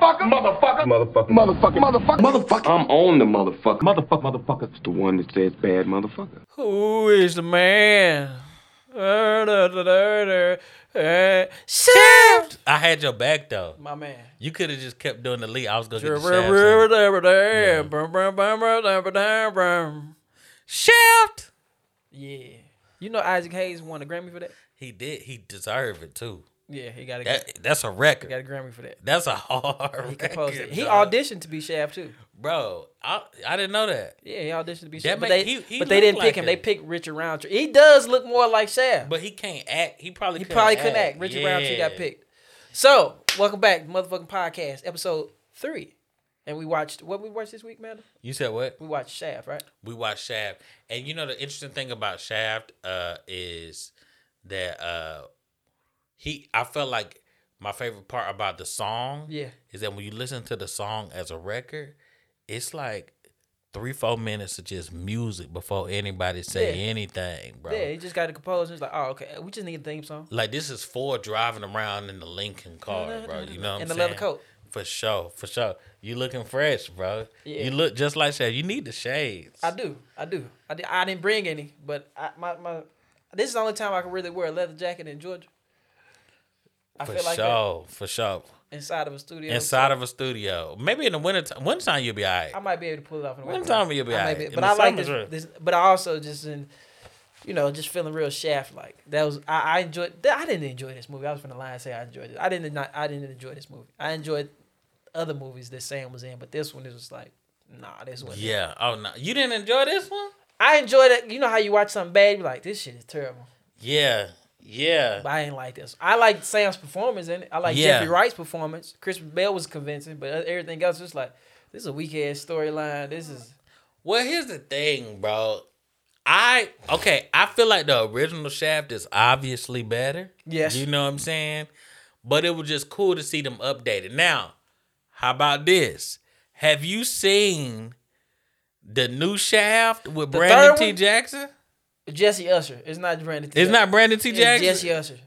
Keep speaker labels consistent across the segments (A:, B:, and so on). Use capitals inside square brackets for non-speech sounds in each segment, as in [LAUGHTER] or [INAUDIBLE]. A: motherfucker, motherfucker, motherfucker, motherfucker, motherfucker, motherfucker. I'm on the motherfucker, motherfucker, motherfucker. It's the one that says bad motherfucker.
B: Who is the man? Uh, Shift.
C: I had your back though.
B: My man.
C: You could have just kept doing the lead. I was gonna get the shaft. in.
B: Yeah.
C: Shaft.
B: You know Isaac Hayes won a Grammy for that?
C: He did. He deserved it too.
B: Yeah, he got a,
C: That that's a
B: he got
C: record.
B: a Grammy for that.
C: That's a hard
B: He composed
C: record.
B: it. He
C: dog.
B: auditioned to be Shaft too.
C: bro. I I didn't know that.
B: Yeah, he auditioned to be
C: That
B: Shaft. But
C: make-
B: they,
C: he- he
B: but they
C: look
B: didn't
C: like
B: pick him.
C: him.
B: They picked Richard Roundtree. He does look more like Shaft.
C: But he can't act. He probably
B: He
C: couldn't
B: probably
C: act.
B: couldn't act. Richard Roundtree got
C: Yeah.
B: picked. So, welcome back, motherfucking podcast, episode three. And we watched what we watched this week, man?
C: You said what?
B: We watched Shaft, right?
C: We watched Shaft, and you know the interesting thing about Shaft uh, is that uh, he. I felt like my favorite part about the song
B: Yeah.
C: is that when you listen to the song as a record, it's like three four minutes of just music before anybody say
B: Yeah.
C: anything, bro.
B: Yeah, he just got to compose. And it's like, oh, okay, we just need a theme song.
C: Like this is Ford driving around in the Lincoln car, bro. You know what I'm
B: And the
C: saying?
B: leather coat.
C: For sure, for sure. You looking fresh, bro.
B: Yeah.
C: You look just like Shaft. You need the shades.
B: I do, I do. I, did, I didn't bring any, but I, my, my this is the only time I can really wear a leather jacket in Georgia. I
C: for
B: feel like that
C: sure, for sure.
B: inside of a studio.
C: Inside of a studio, maybe in the winter time. Winter time you'll be alright.
B: I might be able to pull it off in the
C: Winter
B: winter.
C: time you'll be
B: I might
C: alright.
B: be-
C: In
B: but
C: the
B: I like
C: summer's
B: this,
C: rough.
B: this. But I also just in, you know, just feeling real shaft like that was. I, I enjoyed. that- I didn't enjoy this movie. I was gonna lie and say I enjoyed it. I didn't not. I didn't enjoy this movie. I enjoyed other movies that Sam was in, but this one is just like, nah, this one.
C: Yeah. Oh no, you didn't enjoy this one?
B: I enjoyed it. You know how you watch something bad, you like, this shit is terrible.
C: Yeah. Yeah.
B: But I ain't like this. I like Sam's performance in it. I like
C: Yeah.
B: Jeffrey Wright's performance. Chris Bell was convincing, but everything else was like, this is a weak ass storyline. This is
C: Well, here's the thing, bro. I okay, I feel like the original Shaft is obviously better.
B: Yes.
C: You know what I'm saying? But it was just cool to see them updated. Now, how about this? Have you seen the new Shaft with
B: The
C: Brandon
B: third
C: T.
B: one?
C: Jackson?
B: Jesse Usher. It's not Brandon. T.
C: It's not Brandon T.
B: It's
C: Jackson.
B: Jesse Usher.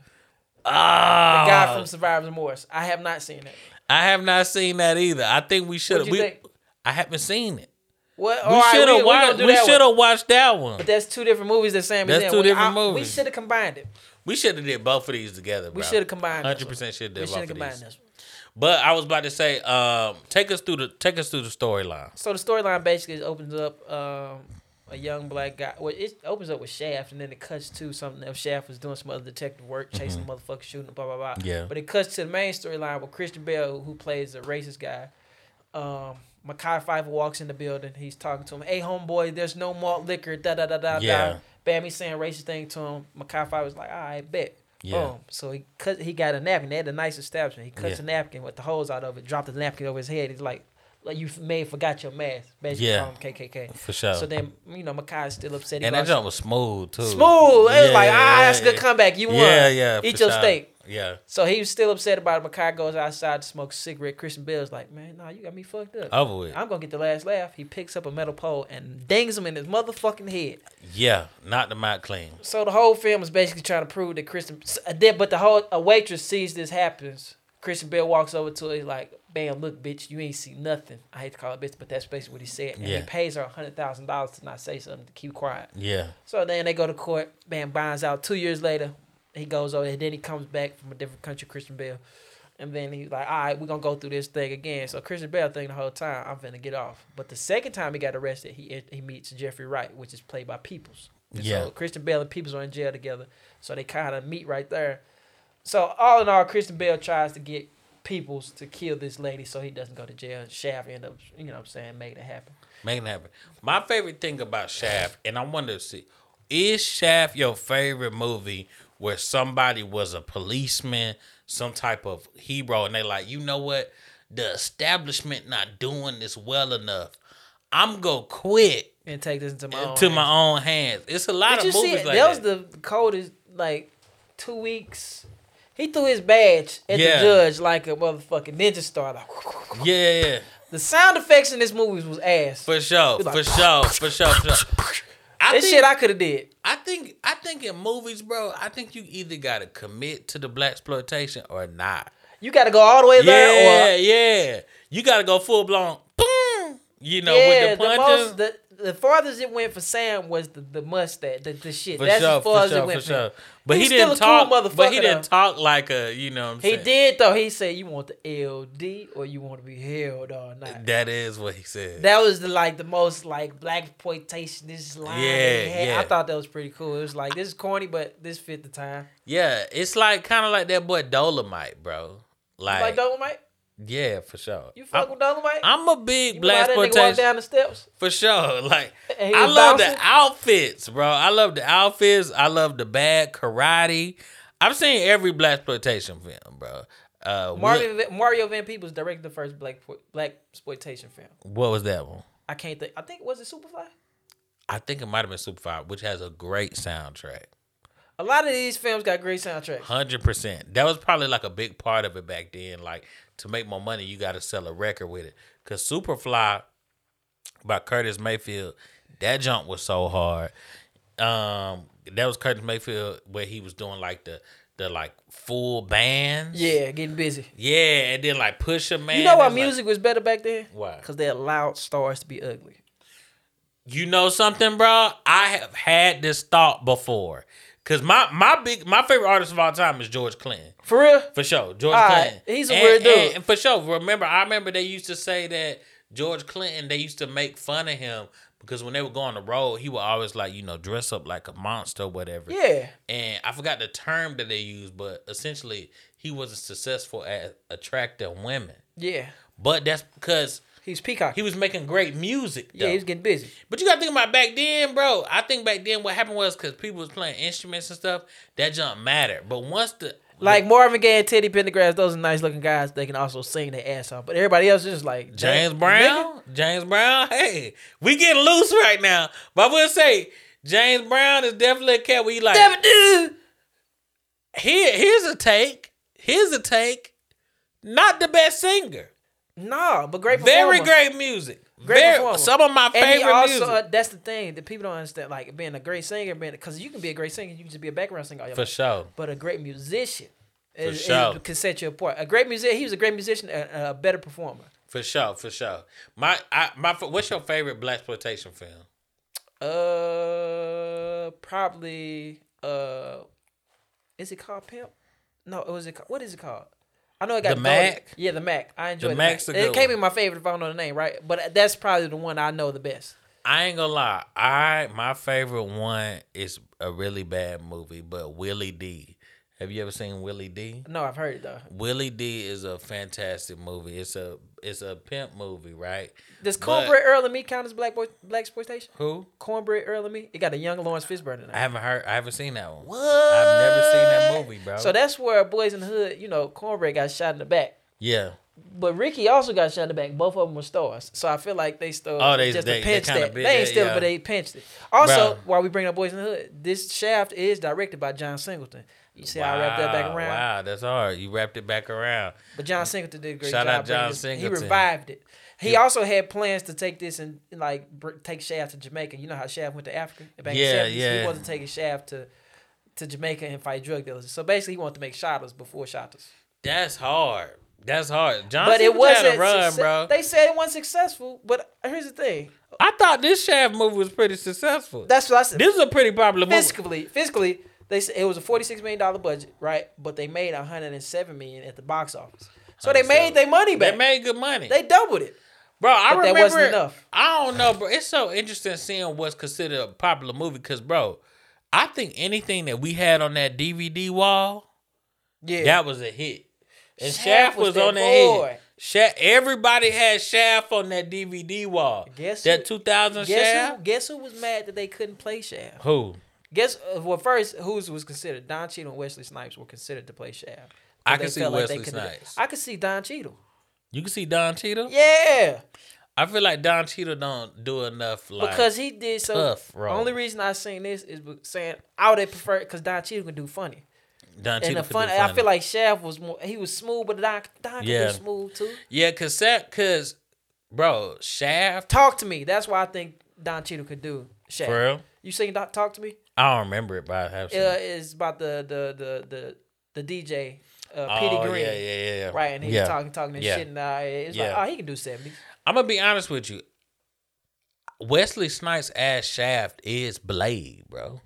C: Ah,
B: Guy from Survivor's Remorse. I have not seen it.
C: I have not seen that either. I think we should.
B: What'd you
C: We
B: think?
C: I haven't seen it.
B: What?
C: We should have watched. We should have watched that one.
B: But that's two different movies that Sam
C: That's
B: is in.
C: two
B: We-
C: different
B: I- We
C: movies.
B: should have combined it.
C: We should have did both of these together.
B: We should have combined. this
C: Hundred
B: one.
C: percent should
B: We
C: have
B: should have
C: did both
B: combined
C: of
B: this.
C: these.
B: one.
C: But I was about to say, um, take us through the take us through the storyline.
B: So the storyline basically opens up um, a young black guy. Well, it opens up with Shaft, and then it cuts to something else. Shaft was doing some other detective work, chasing motherfuckers, shooting, blah blah blah.
C: Mm-hmm. Yeah.
B: But it cuts to the main storyline with Christian Bell, who plays a racist guy. Um, Makai Pfeiffer walks in the building. He's talking to him. Hey, homeboy, there's no malt liquor. Da da da da
C: Yeah.
B: da. Bammy saying racist thing to him. Makai Pfeiffer's like, all right, bet.
C: Yeah.
B: Boom. So he cut. He got a napkin. They had a nice establishment. He cuts
C: Yeah.
B: a napkin with the holes out of it. Dropped the napkin over his head. He's like, like you may have forgot your mask. Basically,
C: Yeah.
B: yeah. KKK.
C: For sure.
B: So then you know Makai's still upset. He
C: and that
B: lost-
C: jump was smooth too.
B: smooth. It was like ah, that's a good
C: yeah.
B: comeback. You won.
C: Yeah, yeah.
B: Eat
C: for
B: your
C: sure.
B: steak.
C: Yeah.
B: So he was still upset about it. Makai goes outside to smoke a cigarette. Christian Bell's like, man, nah, you got me fucked up.
C: Over with.
B: I'm gonna get the last laugh. He picks up a metal pole and dings him in his motherfucking head.
C: Yeah. Not the mic clean.
B: So the whole film is basically trying to prove that Christian. s- uh, then- But the whole a waitress sees this happens. Christian Bell walks over to her. He's like, "Bam, look, bitch, you ain't see nothing." I hate to call it bitch, but that's basically what he said. And
C: Yeah.
B: he pays her hundred thousand dollars to not say something to keep quiet.
C: Yeah.
B: So then they go to court. Bam binds out. Two years later, he goes over, and then he comes back from a different country, Christian Bell. And then he's like, all right, we're going to go through this thing again. So Christian Bell thinking the whole time, I'm finna get off. But the second time he got arrested, he he meets Jeffrey Wright, which is played by Peoples. And
C: Yeah.
B: So Christian Bell and Peoples are in jail together. So they kind of meet right there. So all in all, Christian Bell tries to get Peoples to kill this lady so he doesn't go to jail. And Shaft end up, you know what I'm saying, made it happen.
C: Making it happen. My favorite thing about Shaft, and I wanted to see, is Shaft your favorite movie where somebody was a policeman, some type of hero, and they like, you know what? The establishment not doing this well enough. I'm gonna quit
B: And take this into my own
C: to
B: hands.
C: my own hands. It's a
B: But
C: lot of
B: Oh, you see,
C: movies
B: it,
C: like
B: that was
C: that.
B: the coldest, like, two weeks. He threw his badge at
C: Yeah.
B: the judge like a motherfucking ninja star. Like,
C: yeah, yeah,
B: the sound effects in this movie was ass.
C: for sure,
B: It's like-
C: for sure, for sure, for sure. I
B: this
C: think,
B: shit I could have did.
C: I think I think in movies, bro, I think you either gotta commit to the black exploitation or not.
B: You got to go all the way there,
C: Yeah,
B: or
C: yeah. You got to go full blown. Boom. You know,
B: yeah,
C: with
B: the,
C: the punches.
B: most the, the farthest it went for Sam was the, the mustache, the, the shit.
C: for
B: That's
C: sure,
B: as far
C: for
B: as
C: sure,
B: it went
C: for
B: him.
C: sure. But
B: He
C: he,
B: was still a
C: didn't talk.
B: cool
C: but he
B: motherfucker,
C: didn't
B: though.
C: talk like a. You know, what I'm
B: He
C: saying?
B: did though. He said, "You want the LD or you want to be held all night."
C: That is what he said.
B: That was the like the most like black exploitation this line.
C: Yeah,
B: Yeah, had.
C: yeah.
B: I thought that was pretty cool. It was like this is corny, but this fit the time.
C: yeah, it's like kind of like that boy Dolomite, bro. Like,
B: Like Dolomite,
C: yeah, for sure.
B: you fuck
C: I'm,
B: with Dolomite.
C: I'm a big
B: you know how
C: black
B: that nigga walk
C: exploitation
B: down the steps.
C: for sure. [LAUGHS] Like,
B: And he
C: I
B: was
C: love the
B: bouncing?
C: outfits, bro. I love the outfits. I love the bad karate. I've seen every black exploitation film, bro. Uh,
B: Mario, Mario Van Peebles directed the first black black exploitation film.
C: what, what was that one?
B: I can't think. I think was it Superfly.
C: I think it might have been Superfly, which has a great soundtrack.
B: A lot of these films got great soundtracks.
C: Hundred percent. That was probably like a big part of it back then. Like to make more money, you got to sell a record with it. Cause Superfly by Curtis Mayfield, that jump was so hard. Um, that was Curtis Mayfield where he was doing like the the like full bands.
B: Yeah, getting busy.
C: Yeah, and then like Pusha Man.
B: you know why
C: it's like-
B: music was better back then?
C: Why?
B: Because they allowed stars to be ugly.
C: You know something, bro? I have had this thought before. Cause my my big my favorite artist of all time is George Clinton.
B: For real?
C: For sure, George
B: All right,
C: Clinton.
B: he's a
C: And-
B: weird dude.
C: And, and for sure, remember I remember they used to say that George Clinton. They used to make fun of him because when they would go on the road, he would always like you know dress up like a monster, or whatever.
B: Yeah.
C: And I forgot the term that they used, but essentially he wasn't successful at attracting women.
B: Yeah.
C: But that's because
B: He was peacock.
C: he was making great music. Though.
B: yeah, he was getting busy.
C: But you gotta think about back then, bro. I think back then what happened was because people was playing instruments and stuff. That jump mattered. But once the
B: Like Marvin Gaye and Teddy Pendergrass, those are nice looking guys. They can also sing their ass off. But everybody else is just like
C: James
B: "Nigga,
C: Brown, James Brown, [LAUGHS] hey, we getting loose right now. But I will say James Brown is definitely a cat where you like
B: damn it, dude.
C: here. Here's a take. Here's a take. Not the best singer.
B: No, but great performer.
C: Very great music.
B: Great
C: Very-
B: performer.
C: some of my
B: And he
C: favorite
B: also,
C: music.
B: uh, that's the thing that people don't understand. Like being a great singer, being because you can be a great singer, you can just be a background singer. all your
C: For
B: life.
C: sure.
B: but a great musician is,
C: sure.
B: is, can set you apart. A great musician, he was a great musician, and a better performer.
C: For sure. For sure. My I my what's your favorite black exploitation film?
B: Uh, probably. Uh, is it called Pimp? No, it was it. ca- What is it called? I know it got
C: The
B: voted-
C: Mac?
B: Yeah, the Mac. I enjoy
C: The
B: the,
C: Mac's
B: Mac.
C: a good
B: It can't
C: one.
B: be my favorite if I don't know the name, right? But that's probably the one I know the best.
C: I ain't gonna lie. I my favorite one is a really bad movie, but Willie D. Have you ever seen Willie D?
B: No, I've heard it though.
C: Willie D is a fantastic movie. It's a it's a pimp movie, right?
B: Does
C: But-
B: Cornbread Earl and Me count as Black Boy Black Exploitation?
C: Who?
B: Cornbread Earl and Me. It got a young Lawrence Fishburne in
C: I
B: it.
C: haven't heard. I haven't seen that one. What? I've never seen that
B: What?
C: movie, bro.
B: So that's where Boys in the Hood, you know, Cornbread got shot in the back.
C: yeah.
B: But Ricky also got shot in the back. Both of them were stars, so I feel like they stole.
C: Oh, they-
B: just
C: they-
B: they,
C: they
B: pinched
C: kinda
B: that.
C: bit
B: They ain't
C: that,
B: steal,
C: yeah.
B: but they pinched it. Also,
C: Bruh.
B: while we bring up Boys in the Hood, this Shaft is directed by John Singleton. You see how I wrapped that back
C: Wow,
B: around?
C: Wow, that's hard. You wrapped it back around.
B: But John Singleton did a great
C: Shout
B: job.
C: out John
B: bringing this-
C: Singleton.
B: He revived it. He also had plans to take this and like br- take Shaft to Jamaica. You know how Shaft went to Africa back in
C: Yeah,
B: the 70s?
C: yeah.
B: He wanted to take his Shaft to to Jamaica and fight drug dealers. So basically, he wanted to make shotters before shotters.
C: That's hard. That's hard. John
B: But it
C: had
B: wasn't.
C: a run,
B: succe-
C: bro.
B: They said it wasn't successful. But here's the thing.
C: I thought this Shaft movie was pretty successful.
B: That's what I said.
C: this is a pretty popular movie.
B: fiscally, fiscally, they said it was a forty-six million dollar budget, right? But they made a hundred and seven million at the box office. So they made their money
C: They
B: back. They,
C: made good money.
B: doubled it.
C: Bro,
B: But
C: I
B: that
C: remember.
B: wasn't enough.
C: I don't know, bro. It's so interesting seeing what's considered a popular movie because, bro, I think anything that we had on that DVD wall,
B: Yeah,
C: that was a hit. And Shaft,
B: Shaft
C: was,
B: was that
C: on that
B: boy.
C: hit. Shaft, everybody had Shaft on that DVD wall.
B: Guess
C: that
B: who-
C: 2000
B: Guess
C: Shaft?
B: who, guess who was mad that they couldn't play Shaft?
C: Who?
B: Guess uh, well first whose was considered Don Cheadle and Wesley Snipes were considered to play Shaft.
C: I
B: But
C: can
B: they
C: see
B: felt they
C: Wesley
B: couldn't-
C: Snipes.
B: I can see Don Cheadle.
C: You can see Don Cheadle.
B: Yeah,
C: I feel like Don Cheadle don't do enough. Like,
B: because he did so.
C: tough role.
B: Only reason I seen this is be- saying I would have preferred because Don Cheadle can do funny.
C: Don
B: And
C: Cheadle
B: the
C: could do
B: fun, I
C: funny.
B: feel like Shaft was more, he was smooth, but Don, Don
C: Yeah.
B: could be smooth too.
C: yeah, cause that, cause, bro, Shaft.
B: Talk to me. That's why I think Don Cheadle could do Shaft.
C: For real?
B: You sing Doc, Talk to me?
C: I don't remember it, but I have. seen
B: Uh,
C: it.
B: it's about the the the the the DJ uh, Petty
C: Oh,
B: Green.
C: yeah, yeah, yeah, yeah.
B: Right, and he
C: Yeah.
B: was talking, talking this
C: Yeah.
B: shit, and uh, it's
C: Yeah.
B: like, oh, he can do seventy.
C: I'm gonna be honest with you. Wesley Snipes as Shaft is Blade, bro.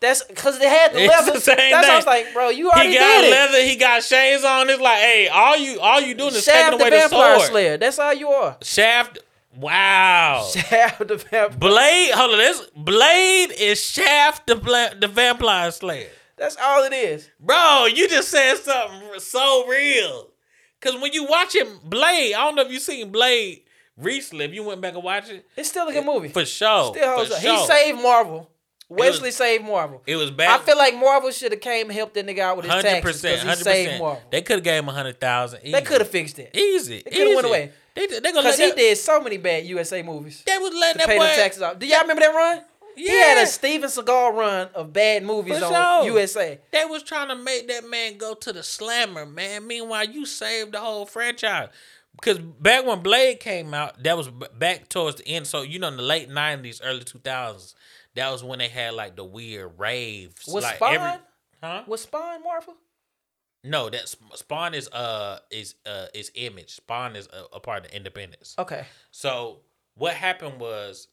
B: That's because they had the
C: It's
B: leather.
C: the same
B: That's why I was
C: thing.
B: like, bro, you already
C: He got
B: did
C: leather. He got shades on. It's like, hey, all you all you doing
B: it.
C: is
B: Shaft
C: taking
B: the
C: away the,
B: Vampire
C: sword.
B: Slayer. That's all you are.
C: Shaft. Wow.
B: [LAUGHS] Shaft the Vampire.
C: Blade. Hold on. This Blade is Shaft the Bla- the Vampire Slayer.
B: That's all it is.
C: Bro, you just said something so real. Cause when you watching Blade, I don't know if you seen Blade recently. If you went back and watched it,
B: It's still a good movie.
C: for sure,
B: Still holds
C: for
B: up.
C: sure.
B: He saved Marvel.
C: was-
B: Wesley saved Marvel.
C: It was
B: I
C: bad.
B: feel like Marvel should have came and helped that nigga out with his
C: hundred
B: taxes
C: percent,
B: because he
C: hundred
B: saved Marvel.
C: percent. They could have gave him a hundred thousand.
B: They could have fixed it
C: easy.
B: they coulda went
C: easy.
B: away.
C: They they gonna
B: because
C: let
B: he
C: that-
B: did so many bad USA movies.
C: They was letting
B: to
C: that
B: pay them
C: boy.
B: taxes off. Do y'all remember that run? He had
C: Yeah.
B: a Steven Seagal run of bad movies
C: For
B: on
C: sure.
B: USA.
C: They was trying to make that man go to the slammer, man. Meanwhile, you saved the whole franchise. Because back when Blade came out, that was b- back towards the end. So, you know, in the late 90s, early 2000s, that was when they had like the weird raves.
B: Was
C: like
B: Spawn?
C: Huh?
B: Was Spawn Marvel?
C: No, that's Spawn is uh is uh is image. Spawn is a, a part of Independence.
B: Okay.
C: So what happened was,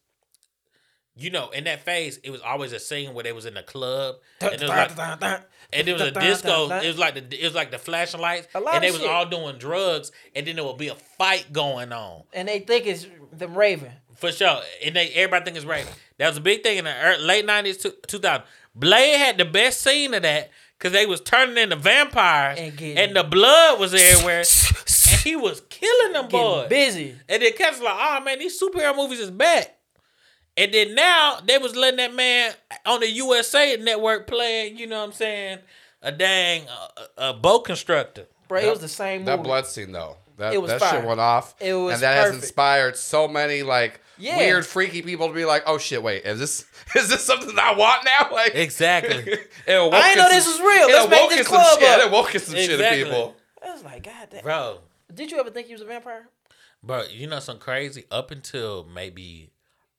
C: you know, in that phase, it was always a scene where they was in the club and it was like, and it was a disco. It was like the it was like the flashing lights,
B: A lot
C: and they
B: of
C: was
B: shit.
C: all doing drugs, and then there would be a fight going on
B: And they think it's them Raven.
C: for sure. And they everybody think it's rape. That was a big thing in the ear- late nineties, two thousand. Blade had the best scene of that because they was turning into vampires,
B: And
C: and,
B: getting-
C: the blood
B: [LAUGHS]
C: was everywhere, and he was killing them
B: Getting
C: boys.
B: busy.
C: And then cats like, oh man, these superhero movies is back. And then now they was letting that man on the USA network playing, you know what I'm saying, a dang a, a boat constructor.
B: Bro, it was the same movie.
D: That blood scene though. That,
B: It was
D: that
B: fire.
D: shit went off.
B: It was
D: and that has
B: perfect.
D: inspired so many like
B: Yeah.
D: weird, freaky people to be like, oh shit, wait, is this [LAUGHS] is this something that I want now? [LAUGHS]
B: [LAUGHS]
D: Like
C: Exactly.
B: I ain't know this was real. Let's make this club
D: some shit. It
B: up.
D: awoke some shit
C: Exactly.
D: in people.
B: I was like, God damn.
C: Bro,
B: Did you ever think he was a vampire?
C: bro, you know something crazy? Up until maybe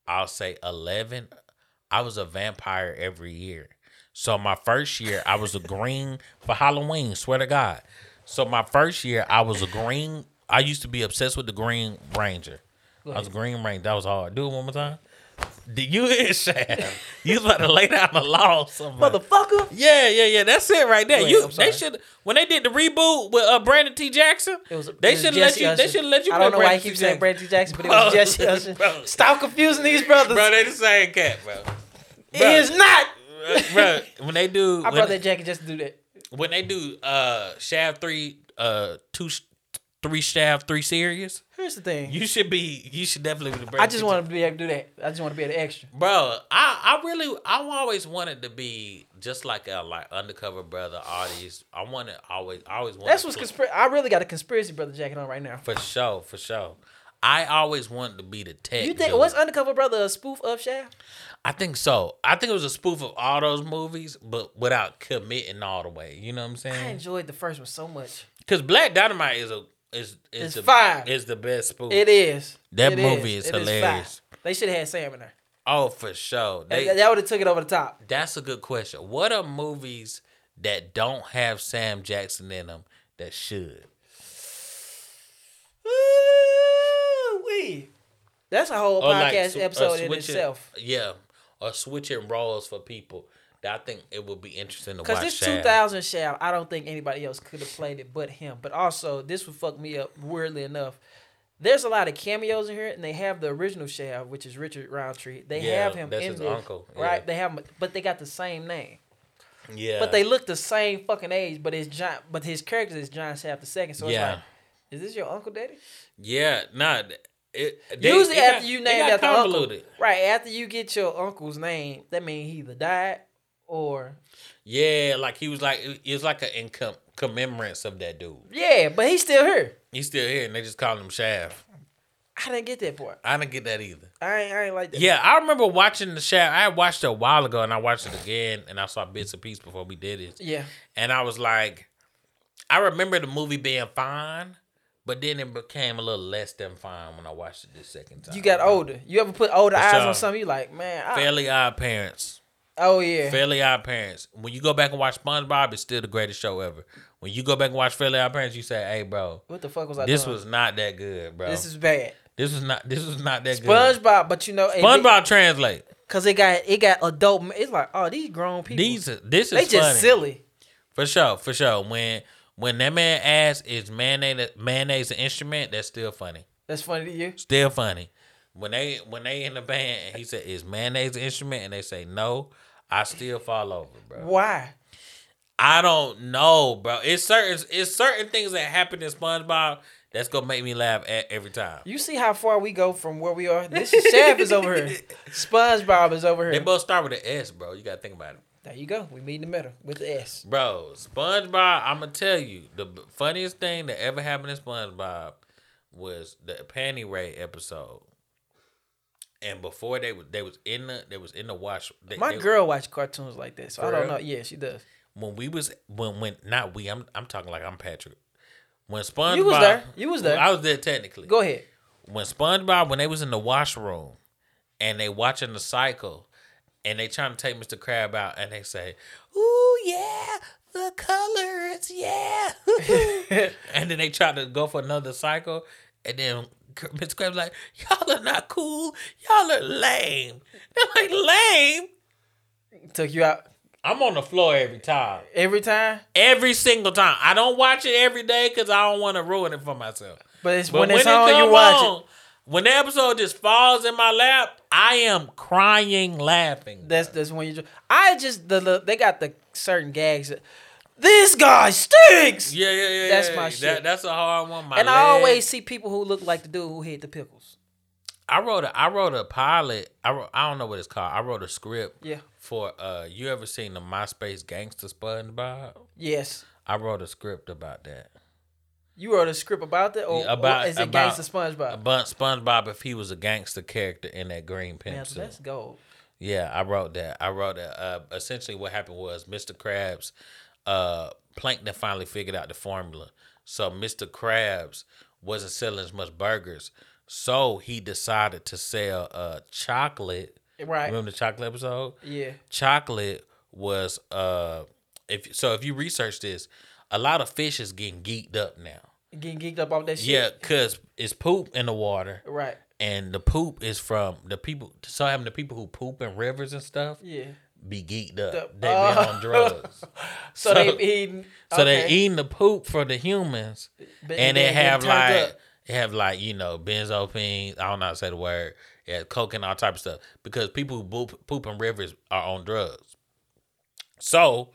C: I'll say eleven, I was a vampire every year. So my first year I was a green for Halloween, swear to God. So my first year I was a green I used to be obsessed with the Green Ranger. I was a Green Ranger. That was hard. Do it one more time. Did you hear [LAUGHS] Shad? You was about to lay down the law or something.
B: Motherfucker.
C: Yeah, yeah, yeah. That's it right there.
B: Go ahead,
C: you
B: I'm sorry.
C: they should when they did the reboot with uh, Brandon T. Jackson.
B: It was,
C: they
B: it was
C: should let
B: Jesse
C: you. They
B: Usher.
C: should let you.
B: I don't know
C: play
B: why I
C: Brandon
B: keep
C: T.
B: saying Brandon T. Jackson, but it
C: Bro.
B: was Jesse [LAUGHS] Usher.
C: Bro.
B: Stop confusing these brothers.
C: Bro, they the same cat, bro.
B: He is not. [LAUGHS]
C: bro, when they do
B: My brother
C: when,
B: Jackie just do that.
C: when they do uh Shaft three uh two sh- three Shaft three series,
B: Here's the thing.
C: you should be you should definitely be the Brandon.
B: I just
C: T.
B: want to be able to do that. I just want to be an extra.
C: Bro, I, I really I always wanted to be just like a like undercover brother. All these I want to always I always wanted
B: That's what's
C: to-
B: conspiracy. I really got a conspiracy brother jacket on right now.
C: For sure, for sure. I always wanted to be the tech.
B: You think
C: dude.
B: was Undercover Brother a spoof of Shaft?
C: I think so. I think it was a spoof of all those movies, but without committing all the way. You know what I'm
B: I
C: saying?
B: enjoyed the first one so much.
C: Because Black Dynamite is a is is
B: It's
C: the,
B: fire.
C: Is the best spoof.
B: It is.
C: That
B: It
C: movie is
B: It fire.
C: hilarious.
B: they should have had Sam in there.
C: Oh, for sure. They,
B: that would have took it over the top.
C: that's a good question. What are movies that don't have Sam Jackson in them that should?
B: Ooh-wee. That's a whole
C: Or like
B: podcast
C: sw- or
B: episode in
C: switching-
B: itself.
C: Yeah, or switching roles for people. That I think it would be interesting to watch.
B: Because this
C: Shaft.
B: 2000 Shaft, I don't think anybody else could have played it but him. But also, this would fuck me up, weirdly enough. There's a lot of cameos in here, and they have the original Shaft, which is Richard Roundtree. They
C: Yeah,
B: have him
C: that's
B: in
C: his
B: this,
C: uncle,
B: right?
C: yeah.
B: They have him, but they got the same name.
C: Yeah,
B: But they look the same fucking age. But it's John. But his character is John Shaft the second. So it's
C: Yeah.
B: like, is this your uncle, daddy?
C: Yeah, nah. th- It,
B: Usually
C: it
B: after
C: got-
B: you
C: it
B: name
C: got
B: after uncle,
C: convoluted.
B: right? After you get your uncle's name, that means he either died or
C: Yeah, like he was like it it was like an income commemorance of that dude.
B: yeah, but he's still here.
C: He's still here, and they just calling him Shaft.
B: I didn't get that part.
C: I didn't get that either.
B: I ain't, I ain't like that.
C: Yeah, I remember watching the Shaft. I had watched it a while ago, and I watched it again, and I saw bits and pieces before we did it.
B: yeah.
C: And I was like, I remember the movie being fine, but then it became a little less than fine when I watched it this second time.
B: You got older. You ever put older
C: For
B: eyes
C: sure.
B: on something? You like, man. I,
C: Fairly Odd Parents.
B: oh yeah.
C: Fairly Odd Parents. When you go back and watch SpongeBob, it's still the greatest show ever. When When you go back and watch Fairly Our Parents, you say, "Hey, bro,
B: What the fuck was I
C: this
B: doing?
C: was not that good, bro.
B: uh, this is bad.
C: This was not. This was not that good.
B: SpongeBob, but you know, it-
C: SpongeBob translate.
B: cause it got it got adult. ma- It's like, oh, these grown people,
C: These. are- This is
B: they just
C: funny.
B: silly.
C: For sure, for sure. When when that man asks is mayonnaise mayonnaise an instrument, that's still funny.
B: That's funny to you.
C: Still funny. When they when they in the band and he said, Is mayonnaise an instrument? And they say no, I still fall over, bro.
B: Why?
C: I don't know, bro. It's certain it's certain things that happen in SpongeBob that's gonna make me laugh at every time.
B: You see how far we go from where we are. This is Chef is over
C: [LAUGHS]
B: here. SpongeBob is over
C: They
B: here.
C: both start with an S, bro. You gotta think about it.
B: There you go. We meet in the middle with the S.
C: Bro, SpongeBob, I'm gonna tell you the b- funniest thing that ever happened in SpongeBob was the panty raid episode. And before they was they was in the they was in the wash. They,
B: My
C: they-
B: girl watch cartoons like this. So I
C: For
B: don't
C: real?
B: know. Yeah, she does.
C: when we was when when not we I'm I'm talking like I'm Patrick. When SpongeBob,
B: there. You was there.
C: I was there technically.
B: Go ahead.
C: when SpongeBob when they was in the washroom and they watching the cycle and they trying to take Mr. Crab out and they say, "Ooh yeah, the colors, [LAUGHS] yeah," and then they try to go for another cycle and then. Cr- Mr. Crab's like, y'all are not cool. Y'all are lame. They're like, lame?
B: Took you out
C: I'm on the floor every time.
B: every time,
C: Every single time. I don't watch it every day because I don't want to ruin it for myself.
B: but it's
C: But
B: when it's on,
C: come
B: you watch it.
C: on, When the episode just falls in my lap, I am crying laughing.
B: That's that's when you. ju- I just the, the they got the certain gags. that, This guy stinks.
C: yeah, yeah, yeah.
B: That's
C: yeah,
B: my
C: yeah.
B: shit.
C: That, that's a hard one. My
B: and I
C: leg.
B: always see people who look like the dude who hit the pickles.
C: I wrote a I wrote a pilot. I wrote, I don't know what it's called. I wrote a script.
B: Yeah.
C: For uh, you ever seen the MySpace Gangster SpongeBob?
B: Yes,
C: I wrote a script about that.
B: you wrote a script about that, or,
C: Yeah, about-
B: or is it
C: about-
B: Gangsta SpongeBob?
C: About SpongeBob if he was a gangster character in that green
B: Man,
C: pencil.
B: that's gold.
C: Yeah, I wrote that. I wrote that. Uh, essentially, what happened was Mr. Krabs, uh, Plankton finally figured out the formula. So Mr. Krabs wasn't selling as much burgers, so he decided to sell uh chocolate.
B: Right.
C: Remember the chocolate episode?
B: Yeah.
C: Chocolate was uh, if so, if you research this, a lot of fish is getting geeked up now.
B: Getting geeked up off that shit.
C: Yeah, cause it's poop in the water,
B: Right.
C: and the poop is from the people. So having the people who poop in rivers and stuff
B: Yeah.
C: be geeked up.
B: The-
C: they
B: Oh.
C: been on drugs.
B: So, they eating.
C: so
B: okay.
C: they eating the poop for the humans,
B: But then
C: and they
B: get
C: have
B: turned
C: like
B: up.
C: they have like you know benzopines. I don't know how to say the word. Yeah, coke and all type of stuff because people who poop, poop in rivers are on drugs. So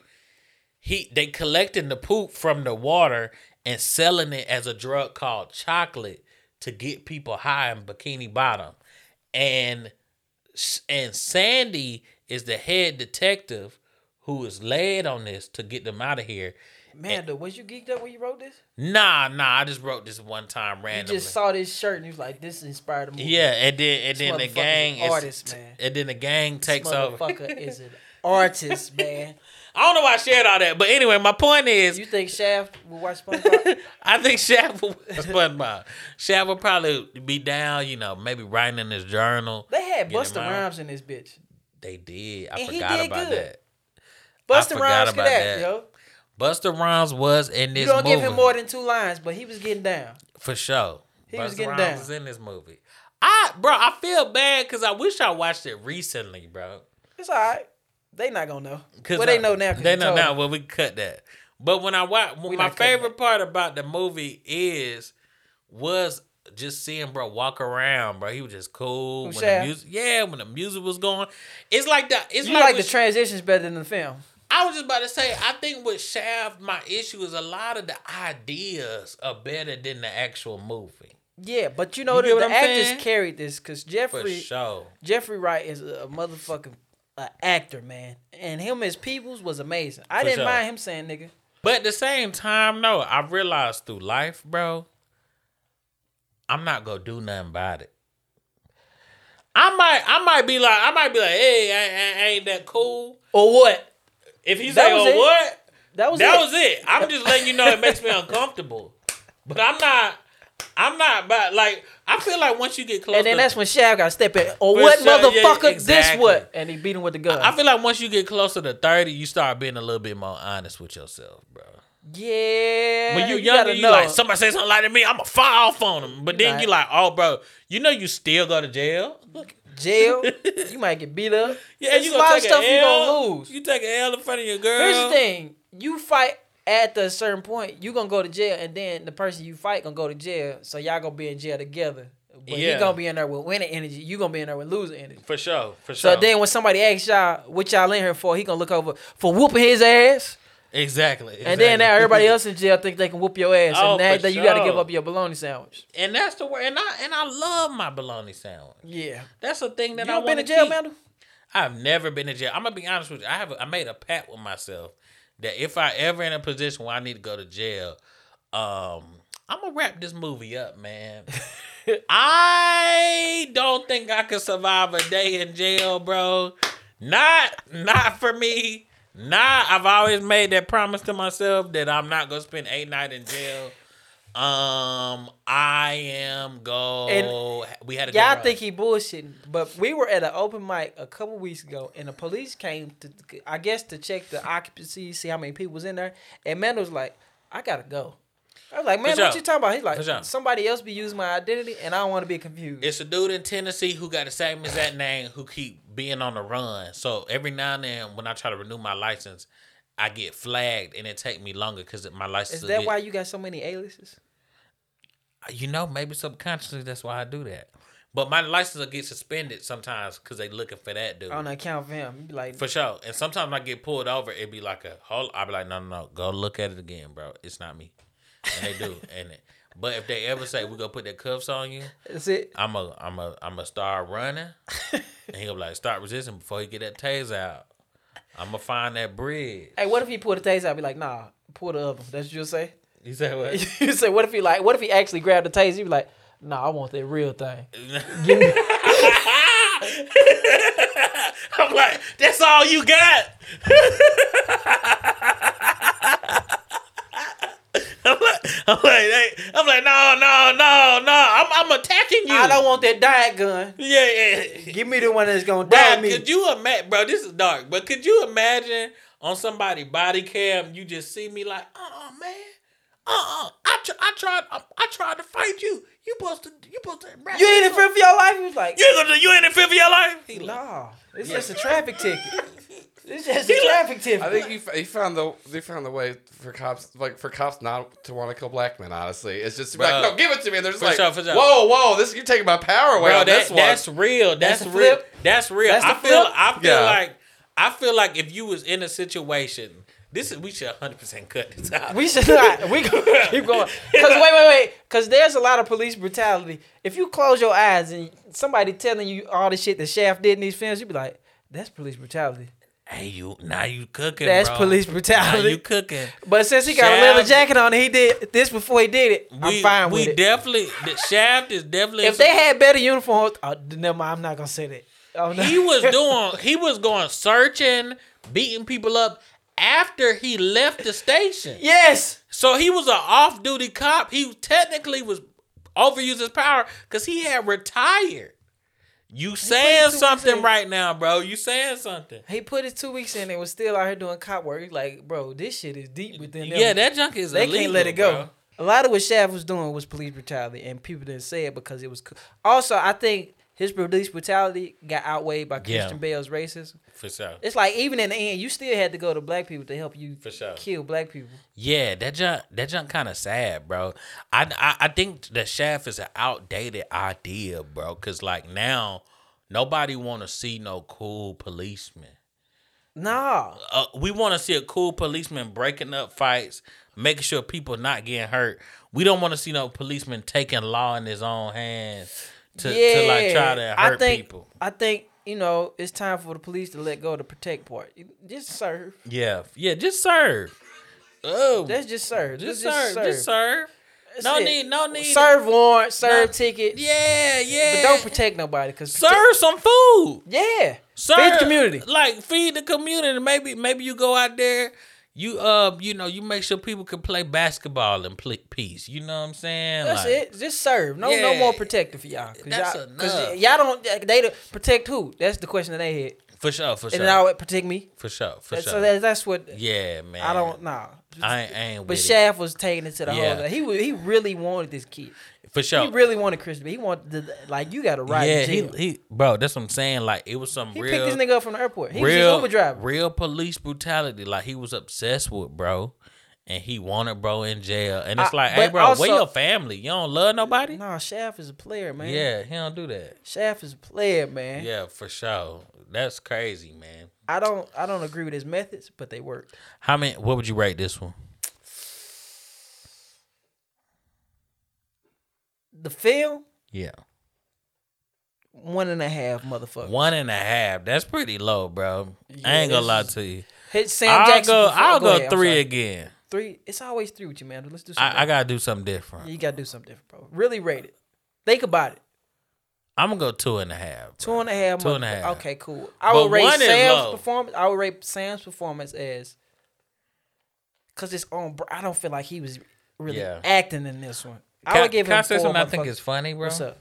C: he they collecting the poop from the water and selling it as a drug called chocolate to get people high in Bikini Bottom, and S- and Sandy is the head detective who is led on this to get them out of here.
B: Amanda, was you geeked up when you wrote this?
C: Nah, nah, I just wrote this one time
B: You
C: randomly.
B: just saw this shirt and you was like, "This inspired a movie."
C: yeah, and then and then the
B: motherfucker's an
C: gang is,
B: artist, man.
C: and then the gang
B: This
C: takes over.
B: motherfucker is an artist, [LAUGHS] man.
C: I don't know why I shared all that, but anyway, my point is,
B: You think Shaft will watch SpongeBob?
C: I think [LAUGHS] Shaft will SpongeBob. Shaft will probably be down, you know, maybe writing in his journal.
B: They had
C: Get him
B: Buster
C: out.
B: Rhymes in this bitch.
C: They did. I
B: And he
C: forgot
B: did
C: about
B: good.
C: that.
B: Buster
C: forgot
B: Rhymes could
C: about
B: act,
C: that.
B: yo.
C: Buster Rhymes was in this
B: You don't
C: movie
B: give him more than two lines, but he was getting down.
C: for sure.
B: He was
C: Buster
B: getting
C: Rhymes
B: down.
C: was in this movie. I bro, I feel bad because I wish I watched it recently, bro.
B: It's all right. They not gonna know.
C: 'Cause
B: Well, they
C: I-
B: know now. 'cause
C: They
B: you
C: know
B: told
C: now.
B: them.
C: Well, we cut that. But when I watch,
B: We
C: my
B: not cutting
C: favorite part about the movie is was just seeing bro walk around, bro. He was just cool.
B: Who,
C: when the
B: Shaft?
C: music, yeah, when the music was going, it's like the it's
B: You
C: like,
B: like the
C: with-
B: transitions better than the film.
C: I was just about to say, I think with Shaft, my issue is a lot of the ideas are better than the actual movie
B: Yeah, but you know
C: You
B: the,
C: get what
B: the
C: I'm
B: actors
C: saying?
B: carried this because
C: for
B: Jeffrey
C: sure.
B: Jeffrey Wright is a motherfucking uh, actor, man, and him as Peoples was amazing. I
C: For
B: didn't
C: sure.
B: mind him saying nigga.
C: But at the same time, no, I realized through life, bro, I'm not gonna do nothing about it. I might, I might be like, I might be like, hey, I, I- I ain't that cool.
B: Or what?
C: If he
B: That
C: say,
B: was
C: oh
B: it.
C: what,
B: That was
C: that
B: it.
C: was it. I'm just letting you know it makes me uncomfortable. But I'm not, I'm not, but like, I feel like once you get close,
B: And then
C: to-
B: that's when Shaq got to step in. Or
C: For
B: what,
C: sure, yeah,
B: motherfucker? This
C: exactly.
B: what? And he beat him with the gun.
C: I feel like once you get closer to thirty, you start being a little bit more honest with yourself, bro.
B: Yeah.
C: When you
B: gotta
C: younger, you,
B: know.
C: like somebody say something like to me, I'ma fire off on them. But then
B: Right.
C: you like, oh, bro, you know you still go to jail. Look,
B: [LAUGHS]
C: [LAUGHS]
B: jail. you might get beat up.
C: yeah,
B: There's
C: you
B: a
C: gonna
B: lot of
C: take
B: stuff
C: a
B: you
C: L.
B: gonna lose.
C: You take an L in front of your girl.
B: Here's the thing: you fight at the certain point, you gonna go to jail, and then the person you fight gonna go to jail. So y'all gonna be in jail together. But
C: Yeah.
B: he gonna be in there with winning energy. You gonna be in there with losing energy.
C: For sure, for
B: So
C: sure.
B: then when somebody asks y'all what y'all in here for, he gonna look over for whooping his ass,
C: exactly,
B: and then now
C: exactly.
B: everybody else in jail think they can whoop your ass,
C: Oh,
B: and that
C: for
B: that you gotta
C: sure.
B: give up your bologna sandwich.
C: and that's the word. And I and I love my bologna sandwich.
B: Yeah,
C: That's the thing that
B: you
C: I
B: ever
C: want
B: been to jail,
C: keep.
B: Mandel?
C: I've never been in jail. I'm gonna be honest with you. I have. I made a pact with myself that if I ever in a position where I need to go to jail, um, I'm gonna wrap this movie up,
B: [LAUGHS]
C: man. I don't think I could survive a day in jail, bro. Not, not for me. Nah, I've always made that promise to myself that I'm not gonna spend a night in jail. Um, I am go. we had a good
B: Y'all
C: run.
B: think he bullshitting, but we were at an open mic a couple weeks ago, and the police came to, I guess, to check the occupancy, see how many people was in there. And Mandel was like, "I gotta go." I was like, "Man,
C: For
B: what
C: sure.
B: you talking about?" He's like,
C: For sure.
B: "Somebody else be using my identity, and I don't want to be confused."
C: It's a dude in Tennessee who got the same exact name who keep being on the run. So every now and then, when I try to renew my license, I get flagged and it take me longer because my license.
B: Is
C: will
B: that
C: get-
B: why you got so many aliases?
C: You know, maybe subconsciously that's why I do that. But my license will get suspended sometimes because they looking for that dude.
B: On account of him, You be like,
C: For sure. And sometimes when I get pulled over, it'd be like a whole I'd be like, no, no, no, go look at it again, bro. It's not me. And they do. [LAUGHS] and it, but if they ever say we're gonna put their cuffs on you,
B: "That's
C: [LAUGHS]
B: it."
C: I'm a I'm a I'm a start running. and he'll be like, start resisting before you get that taser out. I'ma find that bridge.
B: Hey, what if he pulled the taser? I'd be like, "Nah, pull the oven." That's what you'll say. [LAUGHS]
C: He said what?
B: you say, "What if he like? What if he actually grabbed the taser?" You be like, "Nah, I want that real thing."
C: I'm like, that's all you got. I'm like, I'm like, hey, I'm like, no, no, no, no. I'm, I'm attacking you.
B: I don't want that diet gun.
C: Yeah, yeah.
B: Give me the one that's gonna die
C: Bro,
B: me.
C: could you imagine? Bro, this is dark, but could you imagine on somebody body cam? You just see me like, uh, uh man, uh, uh I, tr- I tried, I, I tried to fight you. You supposed to, you supposed to.
B: You ain't in fear for your life? He was like,
C: You ain't gonna, do- you ain't in fear for your life. He like,
B: nah, it's just a traffic ticket. It's just
C: He
B: a
C: like-
B: traffic ticket.
D: I think
B: [LAUGHS]
D: he, f- he found the they found the way for cops like for cops not to want to kill black men. Honestly, it's just
C: Bro.
D: like no, give it to me. And they're just
C: For
D: like,
C: sure, for sure.
D: whoa, whoa, this you're taking my power away
C: bro,
D: on
C: that,
D: this one.
C: that's real. That's,
B: That's the
C: real.
B: flip.
C: That's real.
B: That's the
C: I feel.
B: flip.
C: I feel
D: Yeah.
C: like. I feel like if you was in a situation, this is we should 100 percent cut this out.
B: we should not. We gonna keep
C: [LAUGHS]
B: going. Cause wait, wait, wait. Cause there's a lot of police brutality. If you close your eyes and somebody telling you all the shit that Shaft did in these films, you'd be like, that's police brutality.
C: Hey, you now you cooking.
B: That's
C: bro.
B: police
C: Now
B: brutality.
C: you cooking.
B: But since he got a leather
C: Shaft-
B: jacket on, and he did this before he did it. I'm fine
C: we
B: with it.
C: definitely the shaft is definitely
B: If they had better uniforms, oh, never mind. I'm not gonna say that. Oh, no.
C: [LAUGHS] he was doing he was going searching, beating people up after he left the
B: [LAUGHS]
C: station.
B: [LAUGHS] yes.
C: So he was an off duty cop. He technically was overused his power because he had retired. You saying
B: too much
C: something
B: in.
C: right now, bro. You saying something.
B: He put his two weeks in and was still out here doing cop work. He's Like, bro, this shit is deep within them.
C: Yeah, that junk is
B: they
C: illegal,
B: can't let it go.
C: bro.
B: A lot of what Shaft was doing was police brutality, and people didn't say it because it was. Co- also, I think his police brutality got outweighed by
C: Yeah.
B: Christian Bale's racism.
C: For sure.
B: It's like even in the end, you still had to go to black people to help you
C: For sure.
B: kill black people.
C: Yeah, that junk that junk kind of sad, bro. I, I I think the shaft is an outdated idea, bro. Cause like now, nobody want to see no cool policeman.
B: Nah,
C: Uh, we want to see a cool policeman breaking up fights, making sure people not getting hurt. We don't want to see no policeman taking law in his own hands to, to like try to hurt
B: I think,
C: people.
B: I think you know it's time for the police to let go of the protect part. Just serve.
C: Yeah, yeah, just serve. Oh,
B: That's just serve.
C: just,
B: Just, just
C: serve, just serve.
B: That's
C: No
B: it.
C: need, no need.
B: Serve warrant, serve
C: No.
B: ticket.
C: Yeah, yeah.
B: But don't protect nobody, cause
C: serve some food.
B: protect- yeah,
C: Serve
B: feed the community.
C: Like feed the community. Maybe maybe you go out there, you uh you know, you make sure people can play basketball in ple- peace. You know what I'm saying?
B: That's
C: Like,
B: it. Just serve. No, no
C: Yeah.
B: more protective for y'all. Cause
C: That's
B: y'all,
C: enough.
B: Cause y'all don't. They to protect who? That's the question that they had.
C: For sure, for
B: and
C: sure,
B: now it protect me.
C: for sure, for
B: And
C: sure.
B: So that, that's what
C: yeah, man.
B: I don't nah.
C: I ain't, I ain't
B: But
C: with
B: Shaft was taking it to the
C: Yeah.
B: whole. He wa- he really wanted this kid.
C: it. For sure.
B: He really wanted Chris. He wanted the, like you got to ride.
C: yeah,
B: Yeah,
C: he, he, bro. That's what I'm saying. Like it was some
B: He
C: real,
B: picked this nigga up from the airport. He was his
C: real,
B: Uber driver.
C: real police brutality. Like he was obsessed with, bro, and he wanted bro in jail. And it's
B: I-
C: like, hey,
B: but
C: bro, where
B: also-
C: your family? You don't love nobody?
B: Nah, Shaft is a player, man.
C: Yeah, he don't do that.
B: Shaft is a player, man.
C: Yeah, for sure. That's crazy, man.
B: I don't I don't agree with his methods, but they worked.
C: How many? What would you rate this one?
B: The film
C: Yeah,
B: one and a half, motherfucker.
C: one and a half. That's pretty low, bro. I ain't gonna lie to you.
B: Hit Sam
C: I'll
B: Jackson.
C: go.
B: before-
C: I'll go,
B: ahead, I'm
C: three
B: sorry.
C: again.
B: Three. It's always three with you, man. Let's do something.
C: I, I gotta do something different.
B: you gotta do something different, bro. Really rate it. Think about it.
C: I'm gonna go two and a half.
B: Two and a half.
C: Two and a
B: motherfucker.
C: half.
B: Okay, cool. I
C: But
B: would rate
C: one is
B: Sam's
C: low.
B: performance. I would rate Sam's performance as because it's on. br- I don't feel like he was really
C: Yeah.
B: acting in this one. I
C: Can-
B: would give
C: can
B: him
C: I say
B: four,
C: something I think
B: motherfucker.
C: is funny, bro?
B: What's up?